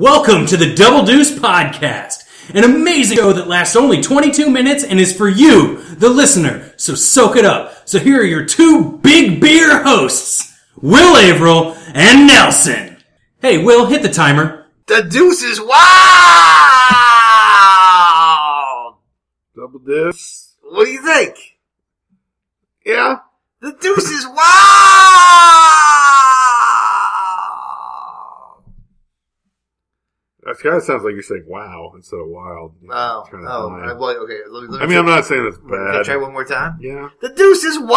Welcome to the Double Deuce Podcast, an amazing show that lasts only 22 minutes and is for you, the listener. So soak it up. So here are your two big beer hosts, Will Averill and Nelson. Hey, Will, hit the timer. The deuce is wild. Double deuce. What do you think? Yeah. The deuce is wild. That kind of sounds like you're saying wow instead of wild. You know, Oh, it's kinda oh, fine. I, well, okay. Let me, let me I mean, I'm not saying it's Can I try bad. one more time? Yeah. The deuce is wild.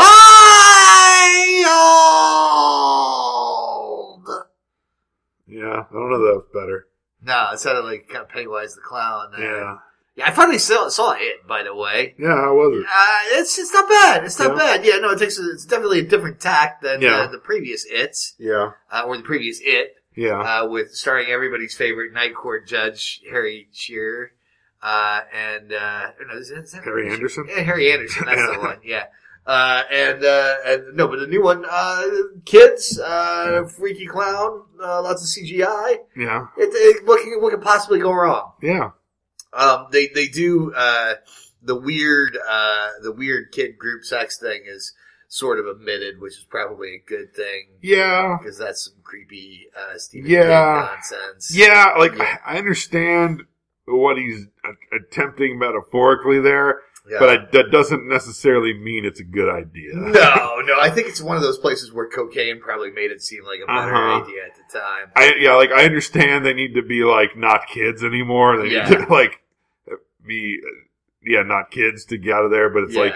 Yeah. I don't know that was better. No, it sounded like kind of Pennywise the clown. there. Yeah. yeah. I finally saw, saw it. By the way, Yeah, how was it? Uh, it's it's not bad. It's not Yeah. bad. Yeah, no, it takes. It's definitely a different tack than Yeah. uh, the previous it's Yeah. uh, or the previous it Yeah. uh, with starring everybody's favorite night court judge Harry Shearer. Uh, and uh, no, is that, is that Harry Anderson? Yeah, Harry Anderson. That's the Yeah. one. Yeah. Uh, and, uh, and no, but the new one, uh, kids, uh, freaky clown, uh, lots of CGI. Yeah. It, it, what, can, what could possibly go wrong? Yeah. Um, they they do uh, the weird uh, the weird kid group sex thing is sort of omitted, which is probably a good thing Yeah. because that's some creepy uh, Stephen Yeah. King nonsense. Yeah. Like, Yeah. I I understand what he's a- attempting metaphorically there, Yeah. but I, that doesn't necessarily mean it's a good idea. no, no, I think it's one of those places where cocaine probably made it seem like a better Uh-huh. idea at the time. I yeah, like I understand they need to be like not kids anymore. They need Yeah. to like be uh, yeah, not kids to get out of there. But it's yeah, like,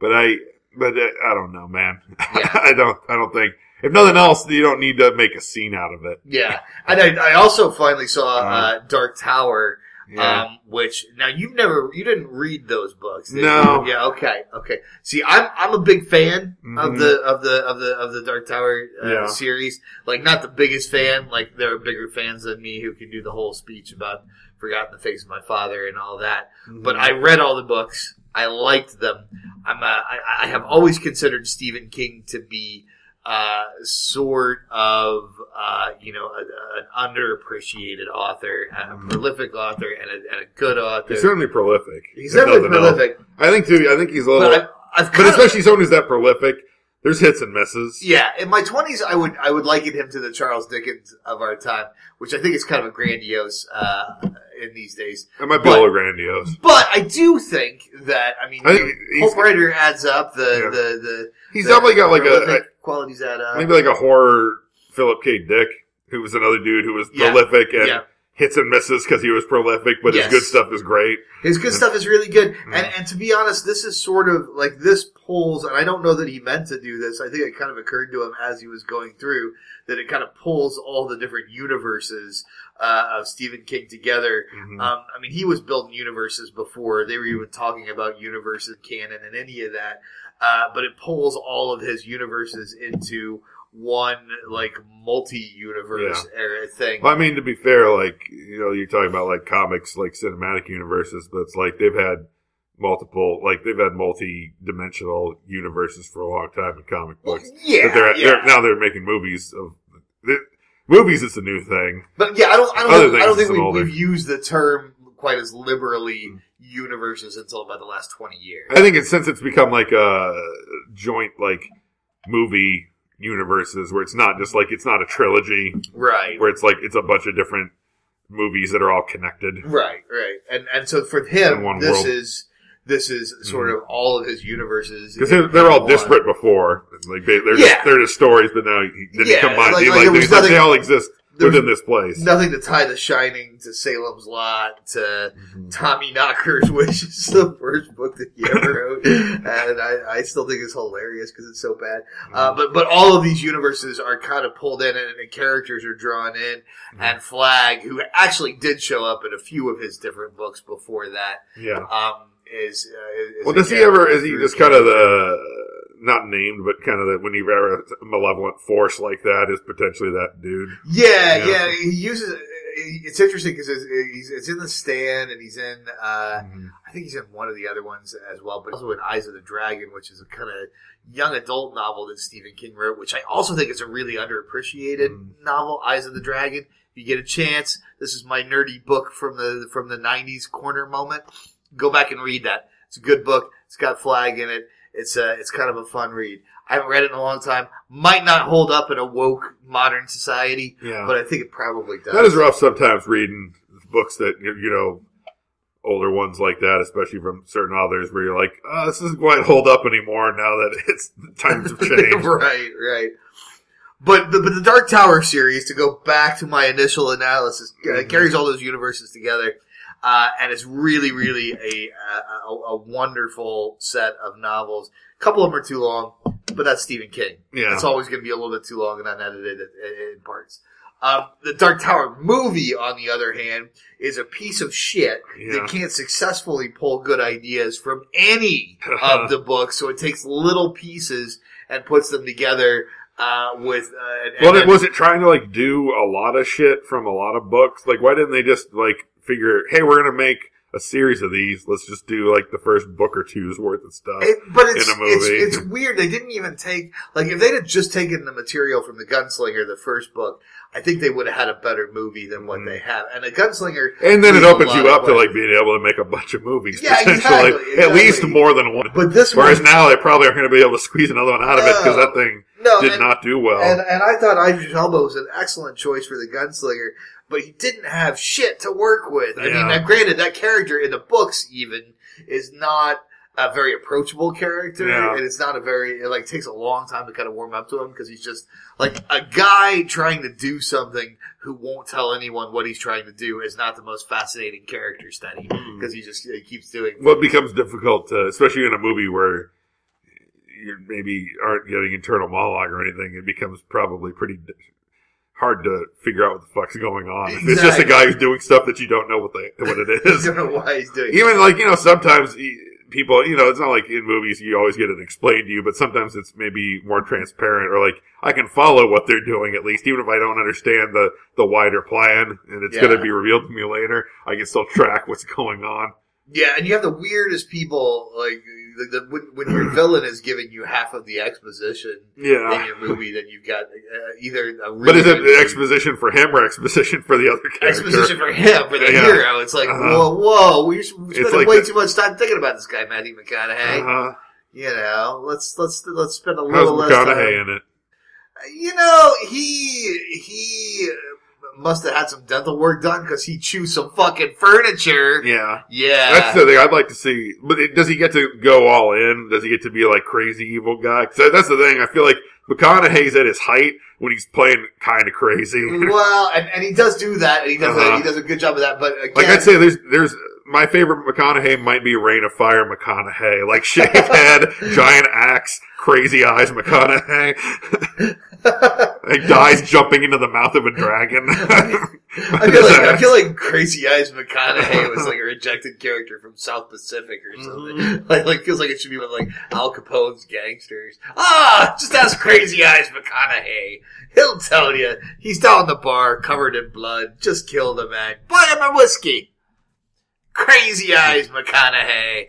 but I, but uh, I don't know, man. Yeah. I don't, I don't think. If nothing else, you don't need to make a scene out of it. yeah, and I, I also finally saw Uh-huh. uh, Dark Tower. Yeah, Um, which now you've never you didn't read those books. did No. You? Yeah. Okay. Okay. See, I'm I'm a big fan of Mhm. the of the of the of the Dark Tower uh, Yeah. series. Like, not the biggest fan. Like, there are bigger fans than me who can do the whole speech about "Forgotten the Face of My Father" and all that. But I read all the books. I liked them. I'm a, I, I have always considered Stephen King to be uh, sort of uh, you know a, a- an underappreciated author, a Mm. prolific author, and a, and a good author. he's certainly prolific. He's If certainly nothing else. prolific, I think too. I think he's a little, but but, I've, I've kind of, especially someone who's that prolific. There's hits and misses. yeah. In my twenties, I would I would liken him to the Charles Dickens of our time, which I think is kind of a grandiose uh, in these days. It might be a But- little grandiose. But I do think that I mean, I I think he's- Pulp Rider adds up the Yeah. the the He's the definitely got like a, prolific qualities uh, add up. a maybe like a horror Philip K. Dick, who was another dude who was Yeah. prolific and Yeah. hits and misses because he was prolific, but Yes. his good stuff is great. His good stuff is really good, Mm-hmm. and and to be honest, this is sort of like this pulls, and I don't know that he meant to do this. I think it kind of occurred to him as he was going through that it kind of pulls all the different universes uh, of Stephen King together. Mhm. Um, I mean, he was building universes before they were even talking about universes, canon, and any of that. Uh, but it pulls all of his universes into one like multi-universe era thing. Well, I mean, to be fair, like you know, you're talking about like comics, like cinematic universes, but it's like they've had multiple, like they've had multi-dimensional universes for a long time in comic Well, books. yeah, but they're, yeah. they're now they're making movies of the- movies. It's a new thing. But yeah, I don't, I Other don't, think, I things don't think is an we, older- Hmm. we've used the term quite as liberally universes until about the last twenty years. I think it's since it's become like a joint like movie universes where it's not just like it's not a trilogy Right, where it's like it's a bunch of different movies that are all connected. right, right. And and so for him, In one this world. is this is sort of all of his universes Because they're, in they're all one. disparate before, like they, they're Yeah. just, they're just stories, but now he, then Yeah, he combines. like- he, like like, there was they- like, they nothing- all exist there was within this place. Nothing to tie The Shining to Salem's Lot to Mm-hmm. Tommy Knocker's, which is the worst book that he ever wrote, and I, I still think it's hilarious because it's so bad. Uh, but but all of these universes are kind of pulled in, and the characters are drawn in. Mm-hmm. And Flag, who actually did show up in a few of his different books before that, yeah. um, is, uh, is Well, a does he character ever? Is he through just the kind of character. the not named, but kind of the when he ever has a malevolent force like that is potentially that dude? Yeah, yeah. Yeah. he uses. It's interesting because it's, he's- it's in the stand, and he's in. Uh, Mm-hmm. I think he's in one of the other ones as well, but also in Eyes of the Dragon, which is a kind of young adult novel that Stephen King wrote, which I also think is a really underappreciated Mm. novel. Eyes of the Dragon. If you get a chance, this is my nerdy book from the from the '90s corner moment. Go back and read that. It's a good book. It's got Flag in it. It's a, it's kind of a fun read. I haven't read it in a long time. Might not hold up in a woke modern society, Yeah. but I think it probably does. That is rough sometimes reading books that you you know older ones like that, especially from certain authors, where you're like, oh, this isn't quite hold up anymore now that it's the times have changed. right, right. But the, but the Dark Tower series, to go back to my initial analysis, uh, Mhm. carries all those universes together, uh, and it's really, really a, uh, a a wonderful set of novels. A couple of them are too long, but that's Stephen King. Yeah. It's always going to be a little bit too long and unedited in- in parts. Um, the Dark Tower movie, on the other hand, is a piece of shit Yeah. that can't successfully pull good ideas from any of the books. So it takes little pieces and puts them together uh, with. Uh, and- well, and it was it trying to like do a lot of shit from a lot of books? Like, why didn't they just like figure, hey, we're gonna make a series of these. Let's just do like the first book or two's worth of stuff. It, but it's, in a movie. it's it's weird. They didn't even take like if they'd have just taken the material from the Gunslinger, the first book, I think they would have had a better movie than what Mhm. they have. And a Gunslinger, and then it leaves a opens you lot up of to play. like being able to make a bunch of movies, Yeah, potentially, exactly, at least exactly. more than one. But this one, Whereas now they probably aren't going to be able to squeeze another one out of it because that thing no, did and- not do well. And, and I thought Idris Elba was an excellent choice for the gunslinger, but he didn't have shit to work with. I mean, Yeah. now, granted, that character in the books even is not a very approachable character, Yeah. and it's not a very it, like takes a long time to kind of warm up to him because he's just like a guy trying to do something who won't tell anyone what he's trying to do is not the most fascinating character study Hmm. because he just he keeps doing what becomes difficult, to, especially in a movie where you maybe aren't getting internal monologue or anything, it becomes probably pretty d- hard to figure out what the fuck's going on. If It's just a Exactly. guy who's doing stuff that you don't know what they, what it I is. don't know why he's doing. it. Even like you know, sometimes e- people, you know, it's not like in movies you always get it explained to you, but sometimes it's maybe more transparent or like I can follow what they're doing at least, even if I don't understand the the wider plan and it's going Yeah. to be revealed to me later. I can still track what's going on. Yeah, and you have the weirdest people like the, the, when, when your villain is giving you half of the exposition in Yeah. your movie, then you've got uh, either a really Ah. But is it good- exposition for him or exposition for the other character? exposition for him for the Yeah. hero? It's like Uh-huh. whoa, whoa, we're spending like way the- too much time thinking about this guy, Matthew McConaughey. Uh-huh. You know, let's let's let's spend a How's little less uh, time. McConaughey in it? You know, he he must have had some dental work done because he chewed some fucking furniture. Yeah, Yeah, that's the thing I'd like to see. But it, does he get to go all in? Does he get to be like crazy evil guy? 'Cause that- that's the thing. I feel like McConaughey's at his height when he's playing kind of crazy. Mm-hmm. well, and, and he does do that, and he does Uh-huh. a, he does a good job of that. But again, Like I'd say, there's there's my favorite McConaughey might be Rain of Fire McConaughey, like shaved head, giant axe, crazy eyes McConaughey, like dies jumping into the mouth of a dragon. I feel like I feel like Crazy Eyes McConaughey was like a rejected character from South Pacific or something. Mm-hmm. Like, like feels like it should be with like Al Capone's gangsters. Ah, just ask Crazy Eyes McConaughey. He'll tell you he's down the bar, covered in blood, just killed a man. Buy him a whiskey. Crazy Eyes McConaughey.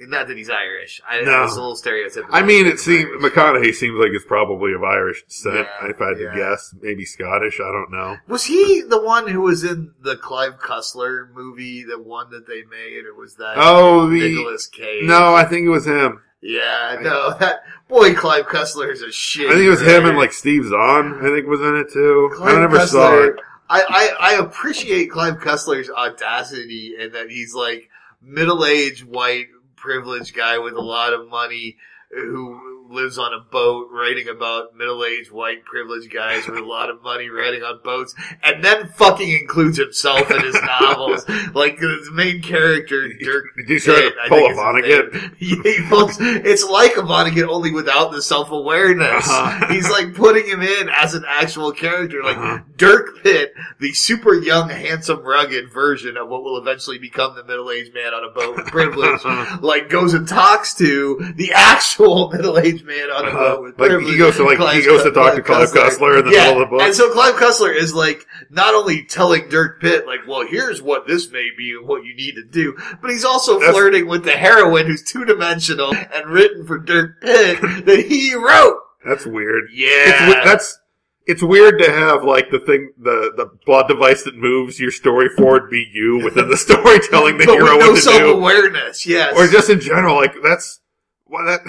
Not that he's Irish. I, No. It's a little stereotypical. I mean, it He's seems Irish. McConaughey seems like it's probably of Irish descent. Yeah, if I had yeah. to guess, maybe Scottish. I don't know. Was he the one who was in the Clive Cussler movie, the one that they made, or was that Oh, the, Nicholas Cage? no, I think it was him. yeah, no, that boy Clive Cussler is a shit. I think it was him and like Steve Zahn. I think was in it too. Clive I never Cussler, saw it. I, I I appreciate Clive Cussler's audacity and that he's like middle aged white privileged guy with a lot of money who lives on a boat writing about middle aged white privileged guys with a lot of money writing on boats and then fucking includes himself in his novels. Like his main character, Dirk Did you try to Pitt, I pull think a is his Vonnegut? name. He, he looks, it's like a Vonnegut only without the self awareness. Uh-huh. He's like putting him in as an actual character, like Uh-huh. Dirk Pitt, the super young, handsome, rugged version of what will eventually become the middle aged man on a boat with privilege. like goes and talks to the actual middle aged man on a boat with Uh-huh. Like, he privilege. goes to, like, he goes to talk to Clive Cussler in the Yeah, middle of the book. And so Clive Cussler is like not only telling Dirk Pitt, like, well, here's what this may be and what you need to do, but he's also That's- flirting with the heroine who's two dimensional and written for Dirk Pitt that he wrote. That's weird. Yeah. It's, that's it's weird to have like the thing, the the plot device that moves your story forward be you within the story, telling the but hero with no what to do, self-awareness. Yes. or just in general. Like that's well, that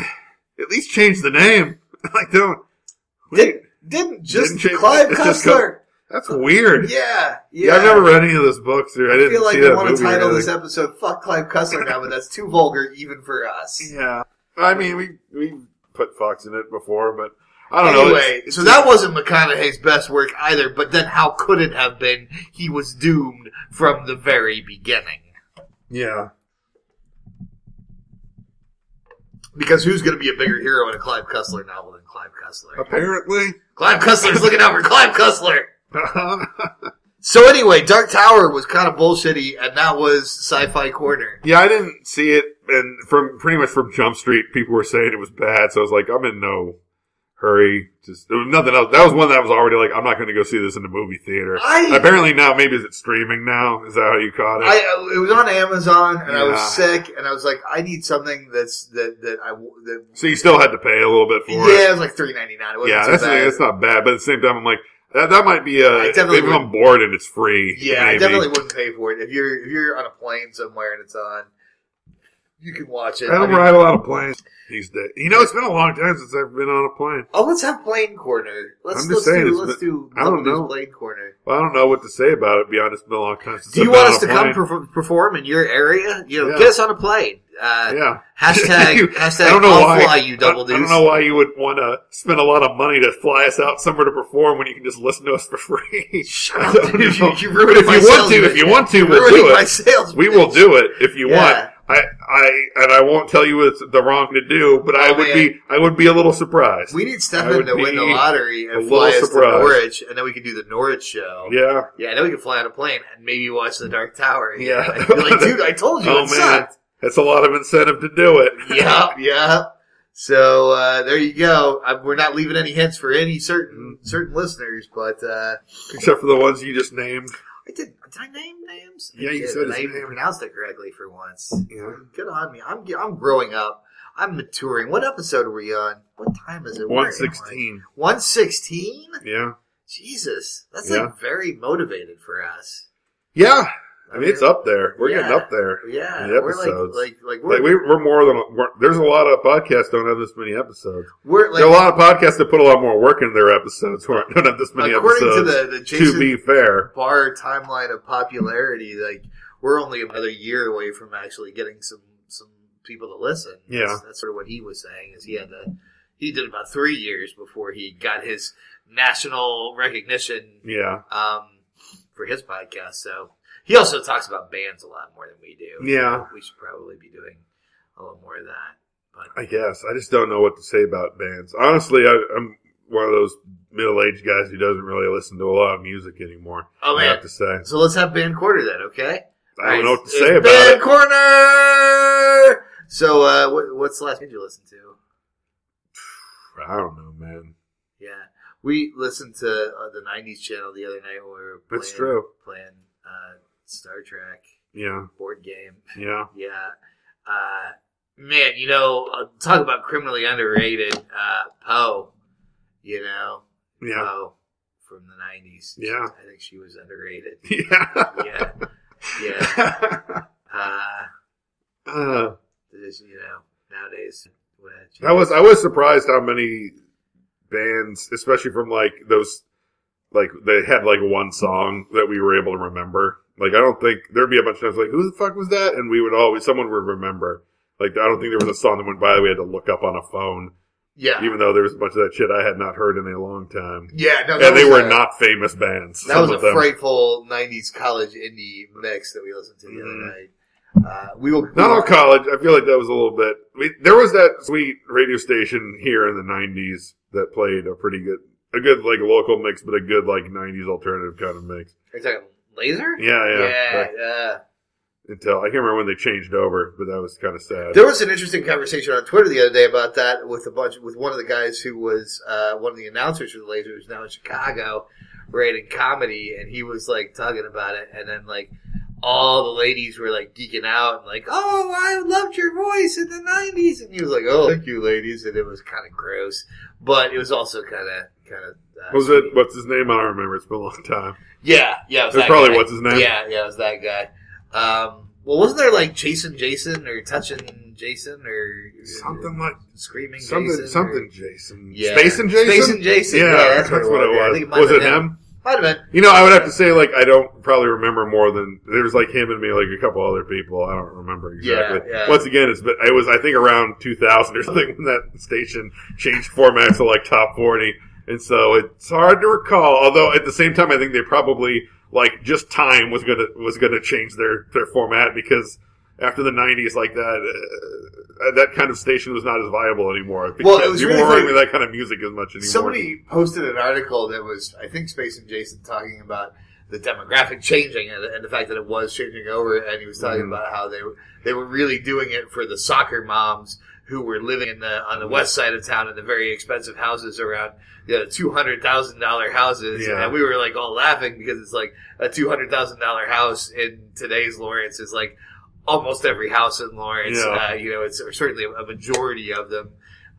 at least change the name. Like don't. Did, didn't just Didn't change- Clive it's just go- Cussler. That's weird. Yeah, Yeah, yeah. I've never read any of those books. Or I I didn't feel like see I that want movie to or title this anything. episode "Fuck Clive Cussler" now, but that's too vulgar even for us. Yeah, I mean we we put Fox in it before, but I don't know. anyway, It's- so that wasn't McConaughey's best work either. But then, how could it have been? He was doomed from the very beginning. yeah, Because who's going to be a bigger hero in a Clive Cussler novel than Clive Cussler? apparently. Clive Cussler's looking out for Clive Cussler. So anyway, Dark Tower was kind of bullshitty, and that was Sci-Fi Corner. Yeah, I didn't see it, and from pretty much from Jump Street, people were saying it was bad. So I was like, I'm in no hurry. Just there was nothing else. That was one that was already like, I'm not going to go see this in the movie theater. I- Apparently now, maybe is it streaming now? Is that how you caught it? I it was on Amazon, and I was Yeah. sick, and I was like, I need something that's that that I w- that so you still had to pay a little bit for yeah, it was like three ninety nine. It it. wasn't Yeah, too that's the bad. thing, that's not bad. But at the same time, I'm like, that, that might be a I if definitely would- I'm bored and it's free. Yeah, I maybe. definitely wouldn't pay for it. If you're if you're on a plane somewhere and it's on, you can watch it. I I don't mean, ride a lot of planes these days. You know, it's been a long time since I've been on a plane. oh, let's have plane corner. Let's I'm let's just saying, do it's let's been- do I don't Bumblebee's know. plane corner. Well, I don't know what to say about it. To be honest, it's been a long time since. Do I've you been want on us a to come plane. perf- perform in your area? You know, Yeah. get us on a plane. Uh, Yeah. Hashtag You- hashtag. I don't know I'll fly you double I, I don't deuce. know why you would want to spend a lot of money to fly us out somewhere to perform when you can just listen to us for free. Shut up, dude. You- you ruined if my you sales want to, if pitch. you want to, You're we'll ruining do my it. sales. We pitch. will do it if you Yeah. want. I, I, and I won't tell you it's the wrong to do, but I Oh, would man. be, I would be a little surprised. We need I Stefan would to win the be lottery a and little fly us to surprised. Norwich, and then we can do the Norwich show. yeah. Yeah, then we can fly on a plane and maybe watch the Dark Tower. Yeah. I'd be like, dude, I told you Oh, it man. sucked. That's a lot of incentive to do it. Yeah, yeah. So uh, there you go. I, we're not leaving any hints for any certain certain listeners, but uh, Except for the ones you just named. I did. Did I name names? I Yeah, you did, said and his I even name. pronounced it correctly for once. Yeah. Good on me. I'm I'm growing up. I'm maturing. What episode are we on? What time is it? Where am I? 116. 116? Yeah. Jesus, that's Yeah. like very motivated for us. Yeah. I mean, it's Okay. up there. We're getting Yeah. up there. Yeah, The we're like episodes. like like we're Like we, we're more than we're, there's a lot of podcasts don't have this many episodes. we're like there are a lot of podcasts that put a lot more work into their episodes who aren't- don't have this many according episodes. to the the Jason to be fair, Barr timeline of popularity, like we're only another year away from actually getting some some people to listen. Yeah. that's, that's sort of what he was saying. Is he had to he did about three years before he got his national recognition yeah, um, for his podcast. So he also talks about bands a lot more than we do. Yeah. we should probably be doing a little more of that. But I guess I just don't know what to say about bands. Honestly, I, I'm one of those middle aged guys who doesn't really listen to a lot of music anymore. Oh, I man. have to say, so let's have band quarter then, okay? I don't know what to It's say about Band it. corner. So uh, what, what's the last band you listened to? I don't know, man. Yeah, we listened to uh, the '90s channel the other night when we were playing, That's true. playing uh, Star Trek Yeah, board game. yeah, Yeah, uh, man, you know, uh, talk about criminally underrated uh, Poe. You know, yeah, Poe from the '90s. Yeah. I think she was underrated. yeah. Yeah, yeah. Uh, uh, this, you know, nowadays. when I was I was surprised how many bands, especially from like those, like they had like one song that we were able to remember. Like I don't think there'd be a bunch of times like who the fuck was that, and we would always someone would remember. Like I don't think there was a song that went by that we had to look up on a phone, yeah, even though there was a bunch of that shit I had not heard in a long time. yeah. No, that And they was were a- not famous bands. That some was a of them. frightful '90s college indie mix that we listened to the Mhm. other night. Uh, we will. Not all college. I feel like that was a little bit. I mean, there was that sweet radio station here in the '90s that played a pretty good, a good like local mix, but a good like '90s alternative kind of mix. Are you talking laser? Yeah, yeah. yeah. Back yeah. until I can't remember when they changed over, but that was kind of sad. There was an interesting conversation on Twitter the other day about that with a bunch with one of the guys who was uh, one of the announcers for the Laser, who's now in Chicago, writing comedy, and he was like talking about it, and then like all the ladies were like geeking out and like, "Oh, I loved your voice in the '90s," and he was like, "Oh, thank you, ladies," and it was kind of gross, but it was also kind of kind of. Uh, Was it what's his name? I don't remember. It's been a long time. Yeah, yeah. It was, It was that probably guy. what's his name. Yeah, yeah, it was that guy. Um, well, wasn't there like chasing Jason or touching Jason or Something like screaming something Jason or- something Jason. Yeah. Space and Jason. Space and Jason, Yeah, yeah, that's, that's what it what it was. I was. think it might was have it been him? Might have been. You know, I would have to say like I don't probably remember more than there was like him and me, like a couple other people. I don't remember exactly. Yeah, yeah. Once again, it's but it was I think around 2000 or something when that station changed format to like top 40, and so it's hard to recall. Although at the same time, I think they probably like just time was gonna was gonna change their their format because after the 90s, like that. Uh, that kind of station was not as viable anymore. Well, it because was you really weren't funny. with that kind of music as much anymore. Somebody posted an article that was, I think, Space and Jason talking about the demographic changing and, and the fact that it was changing over, and he was talking Mhm. about how they were they were really doing it for the soccer moms who were living in the on the west side of town in the very expensive houses around you know, two hundred thousand dollar houses, Yeah. and we were like all laughing because it's like a two hundred thousand dollar house in today's Lawrence is like almost every house in Lawrence. Yeah. Uh, you know, it's or certainly a majority of them.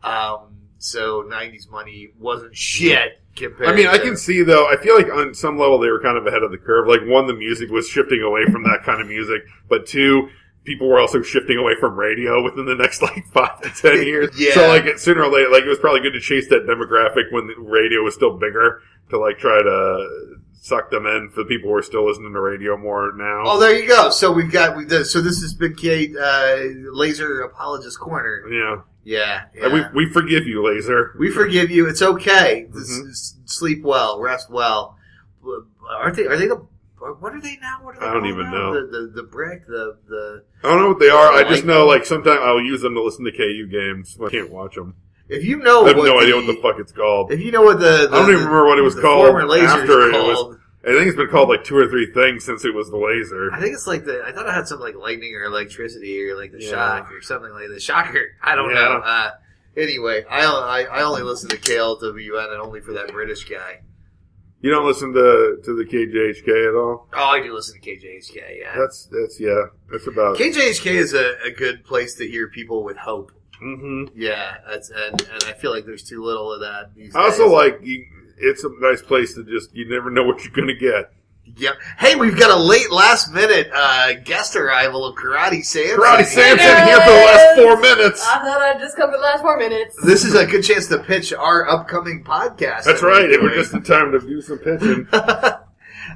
Um, so '90s money wasn't shit compared. I mean, I to- can see though. I feel like on some level they were kind of ahead of the curve. Like one, the music was shifting away from that kind of music, but two, people were also shifting away from radio within the next like five to ten years. Yeah. So like it- sooner or later, like it was probably good to chase that demographic when the radio was still bigger to like try to suck them in for the people who are still listening to radio more now. Oh, there you go. So we've got we did. So this is Big Kate uh, Laser Apologist Corner. yeah. Yeah, And yeah. We we forgive you, Laser. we forgive you. It's okay. S- Mhm. s- Sleep well, rest well. Aren't they? Are they the? What are they now? What are they I don't called even now? know. The, the the brick. The the. I don't know what they are. I Like- just know like sometimes I'll use them to listen to KU games. when I can't watch them. If you know, I have Oh, what no the, idea what the fuck it's called. If you know what the, the I don't even remember what it was the called Former laser after is it was- called. I think it's been called like two or three things since it was the laser. I think it's like the. I thought it had some like lightning or electricity or like the Yeah. shock or something like the shocker. I don't Yeah. know. Uh, anyway, I, I I only listen to KLWN and only for that British guy. You don't listen to to the KJHK at all. Oh, I do listen to KJHK. Yeah, That's that's yeah. That's about. KJHK is a, a good place to hear people with hope. hmm Yeah, that's, and and I feel like there's too little of that. These I also days. like you, it's a nice place to just you never know what you're gonna get. Yep. Hey, we've got a late last minute uh, guest arrival of Karate Samson. Karate Samson Yes! here for the last four minutes. I thought I'd just come for the last four minutes. This is a good chance to pitch our upcoming podcast. That's that we're right. It was doing. just in time to do some pitching. uh,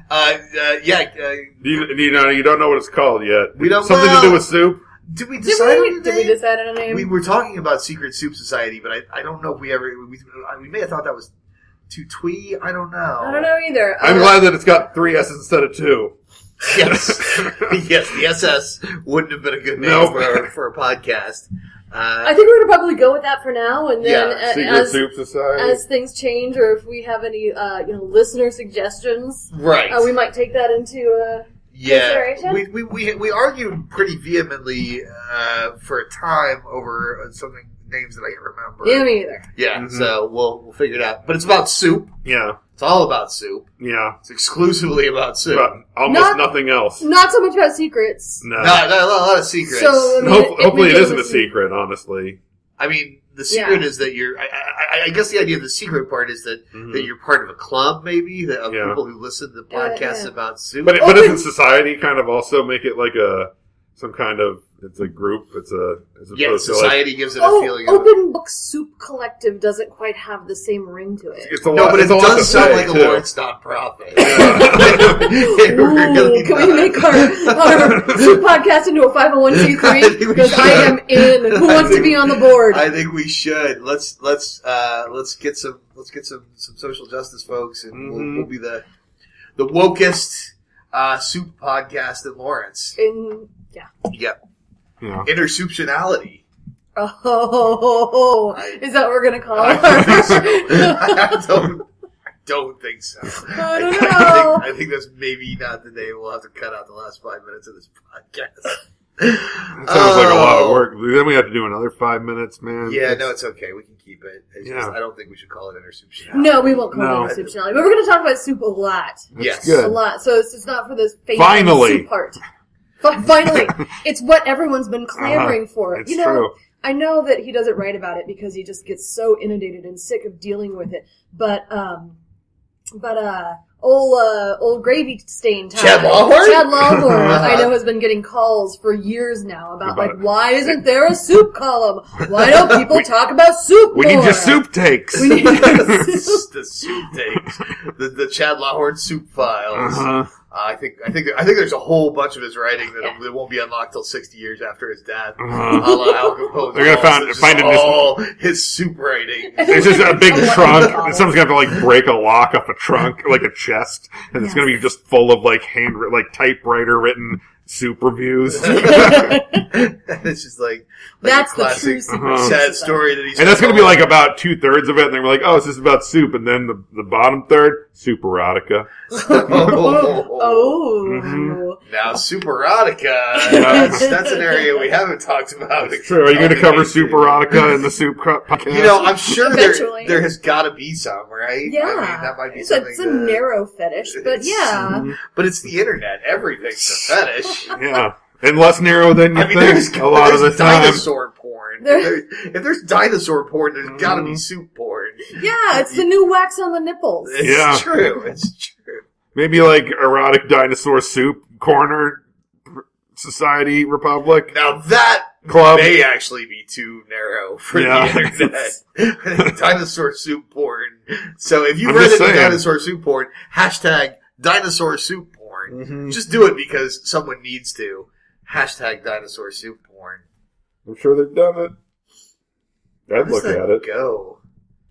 uh, yeah. Uh, Do you, do you know you don't know what it's called yet. We don't- something to well- do with soup. did we Did decide? we, did we decide? decide on a name? We were talking about Secret Soup Society, but I, I don't know if we ever we, we may have thought that was too twee. I don't know. I don't know either. Um, I'm glad that it's got three S's instead of two. Yes, yes. The SS wouldn't have been a good name Nope. for, our- for a podcast. Uh, I think we're gonna probably go with that for now, and then Yeah, a- Secret as, Soup Society. as things change, or if we have any uh, you know listener suggestions, right. uh, we might take that into. Uh, yeah. consideration? We, we, we, we argued pretty vehemently uh, for a time over something names that I can't remember. yeah, me either. Yeah, Mhm. so we'll we'll figure it out. But it's about soup. yeah, It's all about soup. yeah. It's exclusively about soup. But almost Not- nothing else. Not so much about secrets. No. No, not, not a lot of secrets. So- And I mean, hope- it- it hopefully, it really isn't a doesn't- secret. Honestly, I mean, the secret Yeah. is that you're. I, I, I- I guess the idea of the secret part is that, that you're part of a club, maybe that of Mm-hmm. Yeah. people who listen to Yeah, podcasts yeah. about soup. but it, but Open- doesn't society kind of also make it like a some kind of it's a group? It's a as yeah, opposed to like society gives it a Oh, feeling. of Open Book Soup Collective doesn't quite have the same ring to it. it's a No, lot. but it it's a lot to does sound say, like a too. Lawrence nonprofit. Ooh, can we make our, our soup podcast into a I think 501c3? we Because I should. am in. Who wants to be on the board? I think we should. Let's let's uh, let's get some let's get some some social justice folks, and Mhm. we'll, we'll be the the wokest uh, soup podcast in Lawrence. In, yeah. Yep, Yeah. intersuptionality. Oh, is that what we're gonna call I it? don't think so. I don't, I don't think so. I don't know. I think, I think that's maybe not the day. We'll have to cut out the last five minutes of this podcast. That sounds like a lot of work. Then we have to do another five minutes, man. Yeah, It's- no, it's okay. We can keep it. It's just, Yeah. I don't think we should call it intersubstantiality. No, we won't call No. it soup challenge, but we're gonna talk about soup a lot, that's Yes. a good. lot. So it's just not for this famous Finally. soup part. But finally, it's what everyone's been clamoring for. Uh-huh. It's you know, true. I know that he doesn't write about it because he just gets so inundated and sick of dealing with it. But um, but uh, old uh, old gravy stain time. Chad Lawhorn? Chad Lawhorn, I know has been getting calls for years now about, About like it. why isn't there a soup column? Why don't people talk about soup? We need more? your soup takes. We need your soup. the soup tapes, the, the Chad Lawhorn soup files. Uh, Uh-huh. I think I think I think there's a whole bunch of his writing that, Yeah. that won't be unlocked till 60 years after his death. Uh-huh. A la Al Capone. They're gonna find- It's just find it in this- all his soup writing. It's just a big Oh, what? trunk. and Someone's gonna have to like break a lock off a trunk, like a chest, and it's Yeah. gonna be just full of like hand, like typewriter written soup reviews. and it's just like, like That's a the true classic secret Uh-huh. sad story that he's. that's gonna be like about two thirds of it. And they're like, "Oh, it's just about soup," and then the, the bottom third, soup erotica. Oh. Mhm. Now, superotica. that's, that's an area we haven't talked about. True. Are you gonna cover soup erotica in the soup co- podcast? You know, I'm sure Eventually. there, there has got to be some, right? Yeah, I mean, that might be it's a, something. it's a that- narrow fetish, but It's- yeah, But it's the internet. Everything's a fetish. Mm-hmm. yeah, and less narrow than you I mean, there's, think a lot of the there's time. dinosaur porn. There- There- if there's dinosaur porn, there's got to be Mhm. soup porn. yeah, it's the new wax on the nipples. It's Yeah. true. It's true. Maybe like erotic dinosaur soup corner society republic Now that club. may actually be too narrow for Yeah. the internet. I think dinosaur soup porn. So if you I'm read just into saying. dinosaur soup porn, hashtag dinosaur soup porn. Mhm. Just do it because someone needs to. Hashtag dinosaur soup porn. I'm sure they've done it. I'd Where does look that at it. Go.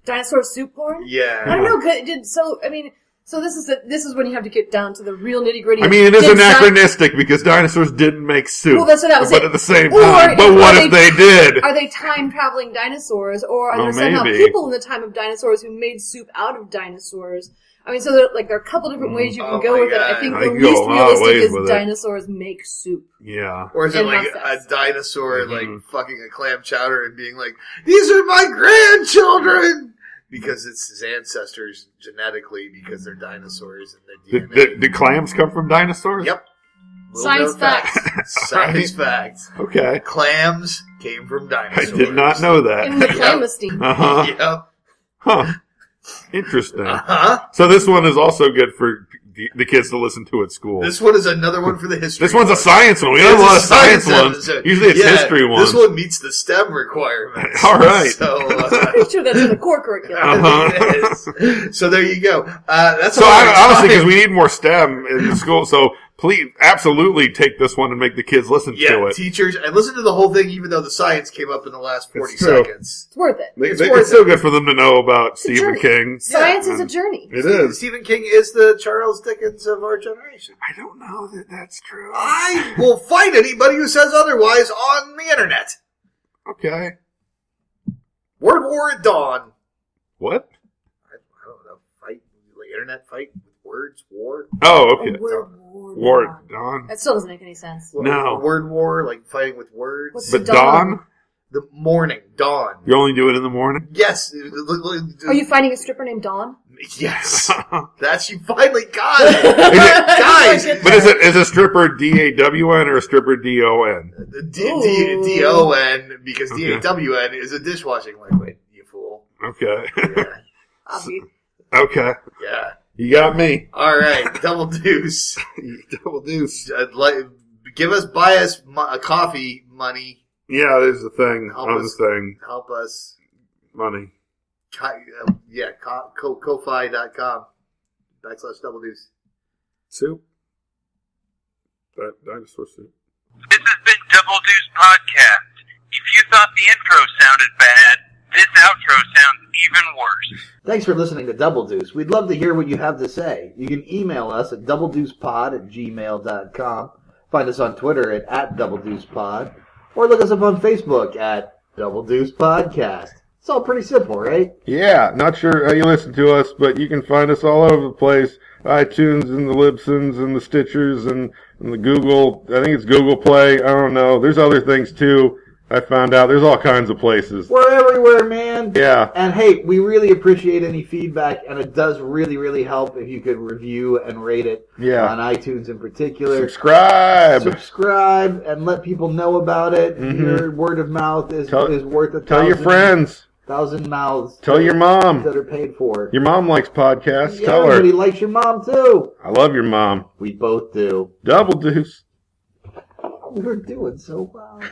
Dinosaur soup porn. I Yeah. don't know. 'cause it Did so? I mean, so this is the, this is when you have to get down to the real nitty gritty. I mean, it is anachronistic because dinosaurs didn't make soup. Well, that's what I was But saying. at the same Or time, but are what they- if they did? Are they time traveling dinosaurs, or are Well, there somehow maybe. people in the time of dinosaurs who made soup out of dinosaurs? I mean, so there, like there are a couple Mm, different ways you can Oh go my with it. I God. think I the can go a least lot of ways realistic with is it. dinosaurs make soup. yeah. Or is it And like mustache. a dinosaur like Mhm. fucking a clam chowder and being like, These are my grandchildren because it's his ancestors genetically because they're dinosaurs and their Did, DNA. did, did clams come from dinosaurs? Yep. Science known Science facts. Okay. Clams came from I dinosaurs. did not know In that. the Yeah. clandestine. Uh huh. Yep. Huh. Interesting. Uh huh. So this one is also good for the- the kids to listen to at school. This one is another one for the history. This one's a books. science one. We have It's a lot of science, episode. ones. Usually it's Yeah, history This ones. one meets the STEM requirements. All right. So, uh, Pretty sure that's in the core curriculum. Uh-huh. it is. so there you go. Uh, that's so all I I, honestly, because time. we need more STEM in the school, so please absolutely take this one and make the kids listen to yeah, it. teachers and listen to the whole thing, even though the science came up in the last forty It's true. seconds. It's worth it. They- It's they- worth it's still good for them to know about a Stephen journey. King. Science is a and- journey. It is. Stephen King is the Charles Dickens of our generation. I don't know that that's true. I will fight anybody who says otherwise on the internet. Okay. Word war at dawn. What? I, I don't know. Fight, like internet fight with words, war. Oh, Oh, okay. World War. War Dawn. Dawn. That still doesn't make any sense. No. Word war, like fighting with words. What's But Dawn? Dawn, The morning, dawn. you only do it in the morning. Yes. Are Are you fighting a stripper named Dawn? Yes. but That's you finally got it. Guys, is it is a stripper D A W N or a stripper D O N? D- D- D-O-N, because Okay. D-A-W-N is a dishwashing liquid, you fool. Okay. Yeah. Obvi- okay. yeah. You got me. All right. Double deuce. Double deuce. I'd like- give us, buy us mo- uh, coffee money. Yeah, there's a thing Help on the us. thing. Help us. Money. Co- uh, yeah, co- co- ko-fi.com backslash double deuce. Soup. Di- Dinosaur soup. This has been Double Deuce Podcast. If you thought the intro sounded bad, this outro sounds even worse. Thanks for listening to Double Deuce. We'd love to hear what you have to say. You can email us at doubledeucepod at gmail.com. Find us on Twitter at, at doubledeucepod. Or look us up on Facebook at Double Deuce Podcast. It's all pretty simple, right? Yeah, not sure how you listen to us, but you can find us all over the place. iTunes and the Libsyns and the Stitchers and, and the Google. I think it's Google Play. I don't know. There's other things too. I found out there's all kinds of places. We're everywhere, man. Yeah. And hey, we really appreciate any feedback, and it does really, really help if you could review and rate it Yeah. on iTunes in particular. Subscribe. Subscribe and let people know about it. Mhm. Your word of mouth is, Tell- is worth a Tell thousand, your friends. thousand mouths. Tell your mom. that are paid for. Your mom likes podcasts. Yeah, Tell everybody her. likes your mom too. I love your mom. We both do. Double deuce. We're doing so well.